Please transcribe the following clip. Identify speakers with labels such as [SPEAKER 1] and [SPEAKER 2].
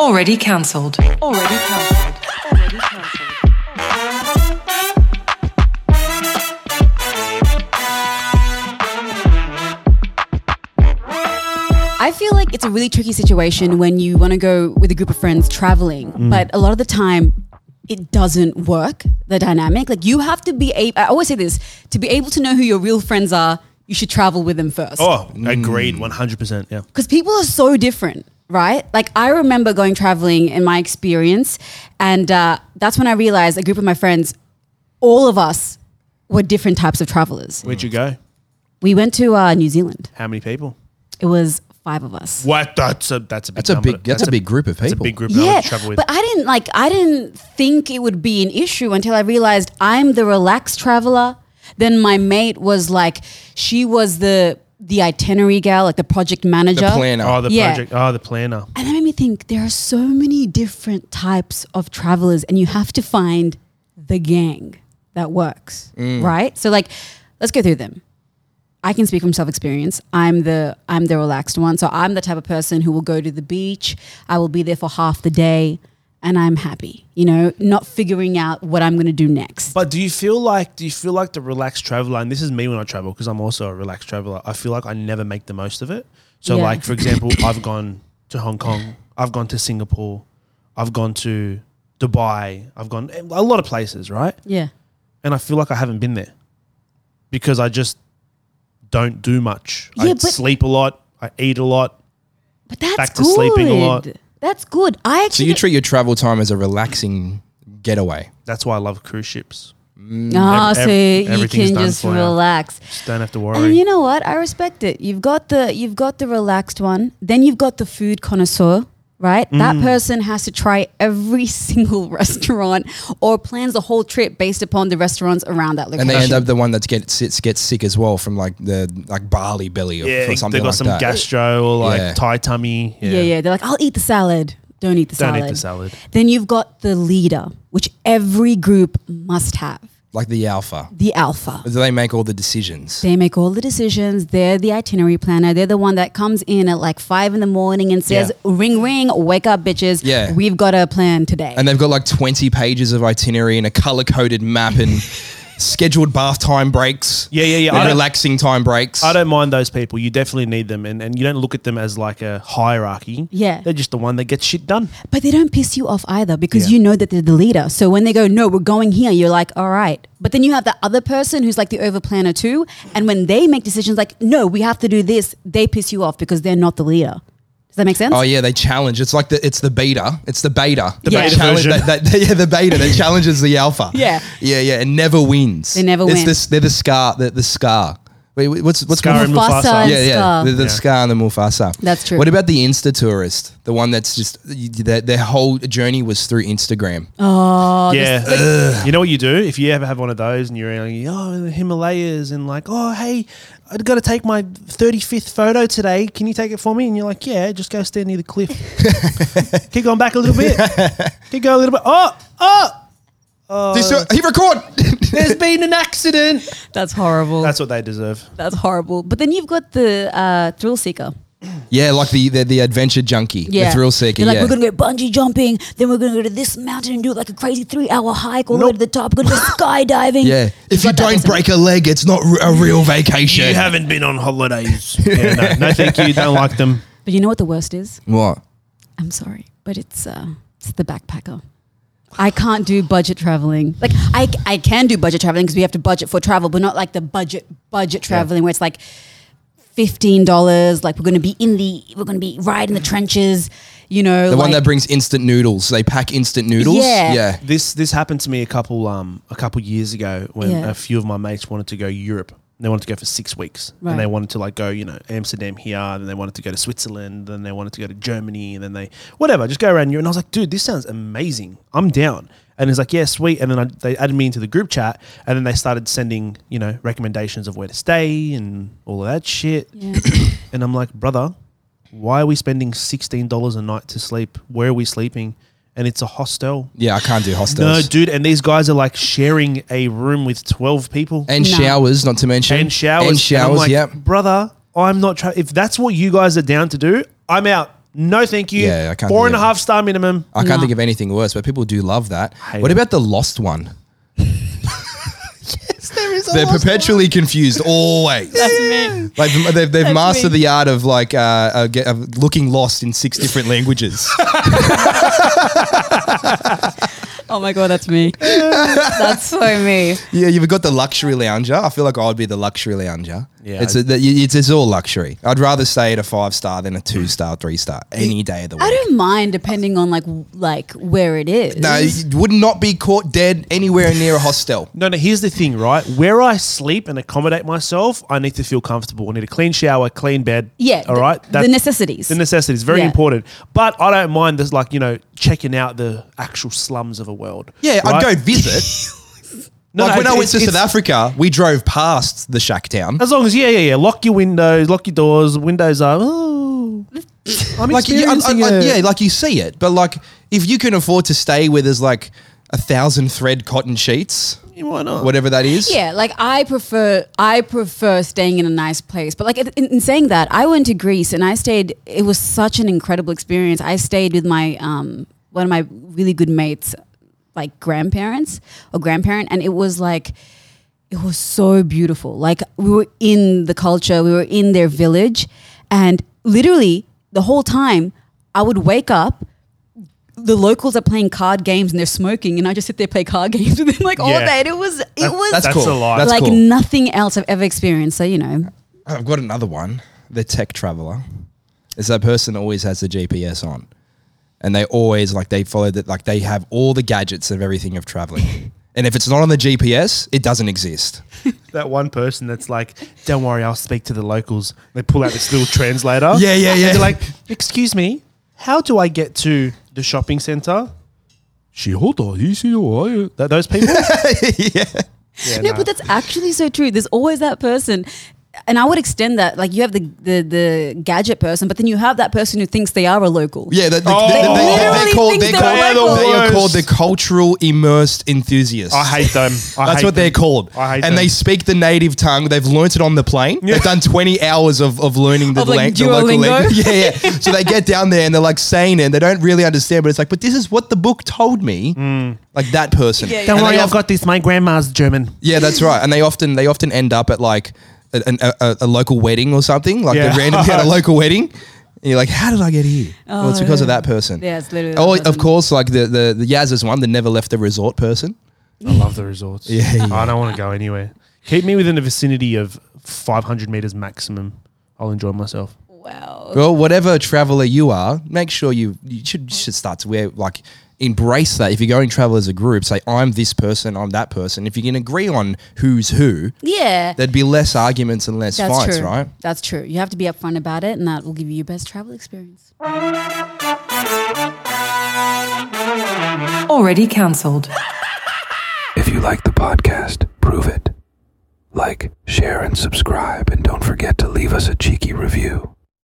[SPEAKER 1] Already cancelled. Already cancelled. Already cancelled.
[SPEAKER 2] I feel like it's a really tricky situation when you want to go with a group of friends traveling, but a lot of the time it doesn't work, the dynamic. Like you have to be able, I always say this, to be able to know who your real friends are, you should travel with them first.
[SPEAKER 3] Oh, agreed, one hundred percent. Yeah,
[SPEAKER 2] Because people are so different, right? Like I remember going traveling in my experience, and uh, that's when I realized a group of my friends, all of us were different types of travelers.
[SPEAKER 3] where'd you go?
[SPEAKER 2] We went to uh, New Zealand.
[SPEAKER 3] How many people?
[SPEAKER 2] It was five of us.
[SPEAKER 3] What? That's a that's a big
[SPEAKER 4] That's a
[SPEAKER 3] number.
[SPEAKER 4] big. That's a big group of
[SPEAKER 3] That's a
[SPEAKER 4] people.
[SPEAKER 3] big group. that I
[SPEAKER 2] Yeah,
[SPEAKER 3] would travel with.
[SPEAKER 2] but I didn't like. I didn't think it would be an issue until I realized I'm the relaxed traveler. Then my mate was like, she was the the itinerary gal, like the project manager.
[SPEAKER 4] The planner.
[SPEAKER 3] oh, the
[SPEAKER 2] yeah.
[SPEAKER 3] project. Oh, the planner.
[SPEAKER 2] And that made me think there are so many different types of travelers, and you have to find the gang that works,
[SPEAKER 3] Mm.
[SPEAKER 2] right? So, like, let's go through them. I can speak from self experience. I'm the I'm the relaxed one, so I'm the type of person who will go to the beach. I will be there for half the day, and I'm happy. You know, not figuring out what I'm going to do next.
[SPEAKER 3] But do you feel like do you feel like the relaxed traveler? And this is me when I travel because I'm also a relaxed traveler. I feel like I never make the most of it. So
[SPEAKER 2] Yeah.
[SPEAKER 3] like for example, I've gone to Hong Kong, I've gone to Singapore, I've gone to Dubai, I've gone a lot of places, right?
[SPEAKER 2] yeah,
[SPEAKER 3] And I feel like I haven't been there because I just don't do much. I
[SPEAKER 2] Yeah, but-
[SPEAKER 3] sleep a lot, I eat a lot.
[SPEAKER 2] but that's
[SPEAKER 3] Back to
[SPEAKER 2] good.
[SPEAKER 3] sleeping a lot.
[SPEAKER 2] That's good. I
[SPEAKER 4] So
[SPEAKER 2] actually
[SPEAKER 4] you treat your travel time as a relaxing getaway.
[SPEAKER 3] That's why I love cruise ships.
[SPEAKER 2] Ah,
[SPEAKER 3] ev-
[SPEAKER 2] so
[SPEAKER 3] ev-
[SPEAKER 2] you
[SPEAKER 3] everything's
[SPEAKER 2] can
[SPEAKER 3] done
[SPEAKER 2] just
[SPEAKER 3] for you.
[SPEAKER 2] relax.
[SPEAKER 3] Just don't have to worry.
[SPEAKER 2] And you know what? I respect it. You've got the you've got the relaxed one. Then you've got the food connoisseur, right? That person has to try every single restaurant or plans the whole trip based upon the restaurants around that
[SPEAKER 4] And
[SPEAKER 2] location.
[SPEAKER 4] they end up the one that gets sits, gets sick as well from like the like barley belly or,
[SPEAKER 3] yeah,
[SPEAKER 4] or
[SPEAKER 3] they've
[SPEAKER 4] something
[SPEAKER 3] got
[SPEAKER 4] like
[SPEAKER 3] some
[SPEAKER 4] that.
[SPEAKER 3] gastro or like
[SPEAKER 4] Yeah.
[SPEAKER 3] Thai tummy.
[SPEAKER 2] yeah. yeah, They're like, I'll eat the salad. Don't eat the
[SPEAKER 3] Don't
[SPEAKER 2] salad.
[SPEAKER 3] eat the salad.
[SPEAKER 2] Then you've got the leader, which every group must have.
[SPEAKER 4] like the alpha.
[SPEAKER 2] The alpha.
[SPEAKER 4] Do they make all the decisions?
[SPEAKER 2] They make all the decisions. They're the itinerary planner. They're the one that comes in at like five in the morning and says,
[SPEAKER 3] Yeah.
[SPEAKER 2] "Ring, ring, wake up, bitches.
[SPEAKER 4] Yeah.
[SPEAKER 2] we've got a plan today."
[SPEAKER 4] and they've got like 20 pages of itinerary and a color coded map and scheduled bath time breaks.
[SPEAKER 3] Yeah, yeah, yeah.
[SPEAKER 4] and
[SPEAKER 3] I don't-
[SPEAKER 4] relaxing time breaks.
[SPEAKER 3] I don't mind those people. You definitely need them, and, and you don't look at them as like a hierarchy.
[SPEAKER 2] Yeah.
[SPEAKER 3] they're just the one that gets shit done.
[SPEAKER 2] but they don't piss you off either because
[SPEAKER 3] Yeah.
[SPEAKER 2] you know that they're the leader. So when they go, "No, we're going here," you're like, "All right." But then you have the other person who's like the over planner too, and when they make decisions like, "No, we have to do this," they piss you off because they're not the leader. Does that make sense?
[SPEAKER 4] Oh yeah, they challenge. It's like the it's the beta. It's the beta. The
[SPEAKER 2] Yeah. beta
[SPEAKER 3] version.
[SPEAKER 4] That, that, yeah, the beta that challenges the alpha.
[SPEAKER 2] Yeah.
[SPEAKER 4] yeah, yeah, and never wins.
[SPEAKER 2] They never
[SPEAKER 4] it's
[SPEAKER 2] win.
[SPEAKER 4] This, they're the scar. The, the scar. Wait, wait, what's what's
[SPEAKER 3] Scar and
[SPEAKER 2] Mufasa
[SPEAKER 3] Mufasa.
[SPEAKER 2] and
[SPEAKER 4] yeah, yeah,
[SPEAKER 2] Scar.
[SPEAKER 4] the, the
[SPEAKER 3] Yeah.
[SPEAKER 4] Scar and the Mufasa.
[SPEAKER 2] That's true.
[SPEAKER 4] What about the Insta tourist? The one that's just their, their whole journey was through Instagram.
[SPEAKER 2] Oh.
[SPEAKER 3] yeah, you know what you do if you ever have one of those, and you're like, oh, the Himalayas, and like, oh, hey, I've got to take my 35th photo today. Can you take it for me? And you're like, yeah, just go stand near the cliff. Keep going back a little bit. Keep going a little bit. Oh, oh,
[SPEAKER 4] This- he record.
[SPEAKER 3] there's been an accident.
[SPEAKER 2] That's horrible. That's,
[SPEAKER 3] That's what they deserve.
[SPEAKER 2] horrible. But then you've got the uh, thrill seeker.
[SPEAKER 4] yeah, like the the, the adventure junkie, the thrill seeker.
[SPEAKER 2] They're like,
[SPEAKER 4] yeah.
[SPEAKER 2] we're gonna go bungee jumping, then we're gonna go to this mountain and do like a crazy three hour hike all the way
[SPEAKER 3] Nope.
[SPEAKER 2] to the top, we're gonna go skydiving.
[SPEAKER 4] Yeah. If you don't break a leg, it's not r- a real vacation.
[SPEAKER 3] You haven't been on holidays. yeah, no, no, thank you. Don't like them.
[SPEAKER 2] But you know what the worst is?
[SPEAKER 4] what?
[SPEAKER 2] I'm sorry, but it's uh, it's the backpacker. I can't do budget traveling. Like I, I can do budget traveling because we have to budget for travel, but not like the budget budget traveling where it's like fifteen dollars. Like we're gonna be in the we're gonna be right in the trenches. You know,
[SPEAKER 4] The one
[SPEAKER 2] like-
[SPEAKER 4] that brings instant noodles. They pack instant noodles.
[SPEAKER 2] Yeah.
[SPEAKER 4] Yeah.
[SPEAKER 3] This this happened to me a couple um a couple years ago when
[SPEAKER 2] Yeah.
[SPEAKER 3] a few of my mates wanted to go Europe. They wanted to go for six weeks,
[SPEAKER 2] Right.
[SPEAKER 3] and they wanted to like go you know Amsterdam here, then they wanted to go to Switzerland, then they wanted to go to Germany, and then they whatever just go around Europe. And I was like, dude, this sounds amazing. I'm down. And he's like, yeah, sweet. And then I, they added me into the group chat, and then they started sending you know recommendations of where to stay and all of that shit. and I'm like, brother, why are we spending sixteen dollars a night to sleep? Where are we sleeping? And it's a hostel.
[SPEAKER 4] Yeah, I can't do
[SPEAKER 3] No,
[SPEAKER 4] hostels.
[SPEAKER 3] dude, and these guys are like sharing a room with twelve people and,
[SPEAKER 4] and
[SPEAKER 2] No.
[SPEAKER 4] showers, not to mention.
[SPEAKER 3] showers.
[SPEAKER 4] And
[SPEAKER 3] And I'm
[SPEAKER 4] showers,
[SPEAKER 3] like,
[SPEAKER 4] yep.
[SPEAKER 3] brother. I'm not. Tra- if that's what you guys are down to do, I'm out. No, thank you.
[SPEAKER 4] Yeah, I can't
[SPEAKER 3] Four
[SPEAKER 4] do
[SPEAKER 3] and a
[SPEAKER 4] that.
[SPEAKER 3] half star minimum.
[SPEAKER 4] I can't
[SPEAKER 2] No.
[SPEAKER 4] think of anything worse, but people do love that.
[SPEAKER 3] Hate
[SPEAKER 4] What
[SPEAKER 3] it.
[SPEAKER 4] about the lost one?
[SPEAKER 3] There is
[SPEAKER 4] They're perpetually confused, always.
[SPEAKER 2] That's me.
[SPEAKER 4] Like th- they've, they've
[SPEAKER 2] That's
[SPEAKER 4] mastered
[SPEAKER 2] me.
[SPEAKER 4] the art of like uh, uh, get, of looking lost in six different languages.
[SPEAKER 2] Oh my god, that's me. that's so me.
[SPEAKER 4] yeah, you've got the luxury lounger. I feel like I'd be the luxury lounger.
[SPEAKER 3] Yeah,
[SPEAKER 4] it's
[SPEAKER 3] I-
[SPEAKER 4] a, that you- it's, it's all luxury. I'd rather stay at a five star than a two star, three star any day of the
[SPEAKER 2] I
[SPEAKER 4] week.
[SPEAKER 2] don't mind depending on like w- like where it is.
[SPEAKER 4] No, you would not be caught dead anywhere near a hostel.
[SPEAKER 3] No, no, here's the thing, right? Where I sleep and accommodate myself, I need to feel comfortable. I need a clean shower, clean bed.
[SPEAKER 2] yeah.
[SPEAKER 3] All right.
[SPEAKER 2] The, the necessities.
[SPEAKER 3] The necessities, very
[SPEAKER 2] Yeah.
[SPEAKER 3] important. But I don't mind this, like, you know, checking out the actual slums of a world.
[SPEAKER 4] Yeah, I'd
[SPEAKER 3] right?
[SPEAKER 4] go visit.
[SPEAKER 3] No,
[SPEAKER 4] like
[SPEAKER 3] no,
[SPEAKER 4] when I went
[SPEAKER 3] it's-
[SPEAKER 4] to
[SPEAKER 3] it's-
[SPEAKER 4] South Africa, we drove past the shack town.
[SPEAKER 3] As long as, yeah, yeah, yeah. Lock your windows, lock your doors. Windows are, oh. I'm
[SPEAKER 4] like you, I, I,
[SPEAKER 3] experiencing
[SPEAKER 4] I-
[SPEAKER 3] it.
[SPEAKER 4] yeah, like you see it, but like if you can afford to stay where there's like a thousand thread cotton sheets,
[SPEAKER 3] Why not?
[SPEAKER 4] whatever that is.
[SPEAKER 2] Yeah, like I prefer I prefer staying in a nice place. But like in, in saying that, I went to Greece and I stayed. It was such an incredible experience. I stayed with my um one of my really good mates, like grandparents or grandparent, and it was like it was so beautiful. Like we were in the culture, we were in their village, and literally the whole time I would wake up. The locals are playing card games and they're smoking, and I just sit there play card games with them like all
[SPEAKER 3] Yeah.
[SPEAKER 2] day. And it was it
[SPEAKER 3] That-
[SPEAKER 2] was
[SPEAKER 4] that's,
[SPEAKER 3] That's
[SPEAKER 4] cool.
[SPEAKER 3] a lot.
[SPEAKER 4] That's
[SPEAKER 2] like
[SPEAKER 4] cool.
[SPEAKER 2] nothing else I've ever experienced. So you know,
[SPEAKER 4] I've got another one. The tech traveler is that person that always has the GPS on, and they always like they follow that like they have all the gadgets of everything of traveling. And if it's not on the GPS, it doesn't exist.
[SPEAKER 3] that one person that's like, "Don't worry, I'll speak to the locals." They pull out this little translator.
[SPEAKER 4] Yeah, yeah, yeah.
[SPEAKER 3] And they're like, "Excuse me, how do I get to the shopping center?" She hold on, you see who I am?" Th- Those people.
[SPEAKER 4] yeah.
[SPEAKER 3] Yeah,
[SPEAKER 2] no,
[SPEAKER 3] nah.
[SPEAKER 2] but that's actually so true. There's always that person, and I would extend that. Like you have the the, the gadget person, but then you have that person who thinks they are a local.
[SPEAKER 4] Yeah, they, they,
[SPEAKER 3] Oh.
[SPEAKER 4] they,
[SPEAKER 3] They
[SPEAKER 4] they,
[SPEAKER 2] literally
[SPEAKER 4] call,
[SPEAKER 2] think
[SPEAKER 4] they,
[SPEAKER 2] they're
[SPEAKER 4] call, they,
[SPEAKER 2] local.
[SPEAKER 4] are called the cultural immersed enthusiasts.
[SPEAKER 3] I hate them. I
[SPEAKER 4] That's
[SPEAKER 3] hate
[SPEAKER 4] what they're
[SPEAKER 3] them.
[SPEAKER 4] called.
[SPEAKER 3] I hate
[SPEAKER 4] and
[SPEAKER 3] them.
[SPEAKER 4] they speak the native tongue. They've learnt it on the plane. They've done 20 hours of, of learning the,
[SPEAKER 2] Of, like,
[SPEAKER 4] lang- the local
[SPEAKER 2] Duolingo?
[SPEAKER 4] language. Yeah, yeah. so they get down there and they're like saying it and they don't really understand, but it's like, but this is what the book told me.
[SPEAKER 3] Mm.
[SPEAKER 4] Like that person.
[SPEAKER 2] Yeah, yeah.
[SPEAKER 3] Don't
[SPEAKER 4] And
[SPEAKER 3] worry,
[SPEAKER 4] they
[SPEAKER 3] I've got this. My grandma's German.
[SPEAKER 4] yeah, that's right. And they often they often end up at like a, an- a, a, a local wedding or something. Like
[SPEAKER 3] Yeah.
[SPEAKER 4] they're randomly at a local wedding. And you're like, how did I get here? well, it's because of that person.
[SPEAKER 2] Oh, Yeah, it's literally
[SPEAKER 4] Oh,
[SPEAKER 2] that
[SPEAKER 4] of
[SPEAKER 2] person.
[SPEAKER 4] course, like the, the, the Yaz is one, the never left the resort person.
[SPEAKER 3] I love the resorts. Yeah, I don't want to go anywhere. Keep me within the vicinity of 500 meters maximum. I'll enjoy myself.
[SPEAKER 2] Wow.
[SPEAKER 4] Well, whatever traveler you are, make sure you you should you should start to wear like embrace that. If you're going to travel as a group, say I'm this person, I'm that person. If you can agree on who's who,
[SPEAKER 2] Yeah.
[SPEAKER 4] there'd be less arguments and less
[SPEAKER 2] That's
[SPEAKER 4] fights,
[SPEAKER 2] true.
[SPEAKER 4] right?
[SPEAKER 2] That's true. You have to be upfront about it, and that will give you your best travel experience.
[SPEAKER 1] Already cancelled.
[SPEAKER 5] If you like the podcast, prove it. Like, share, and subscribe, and don't forget to leave us a cheeky review.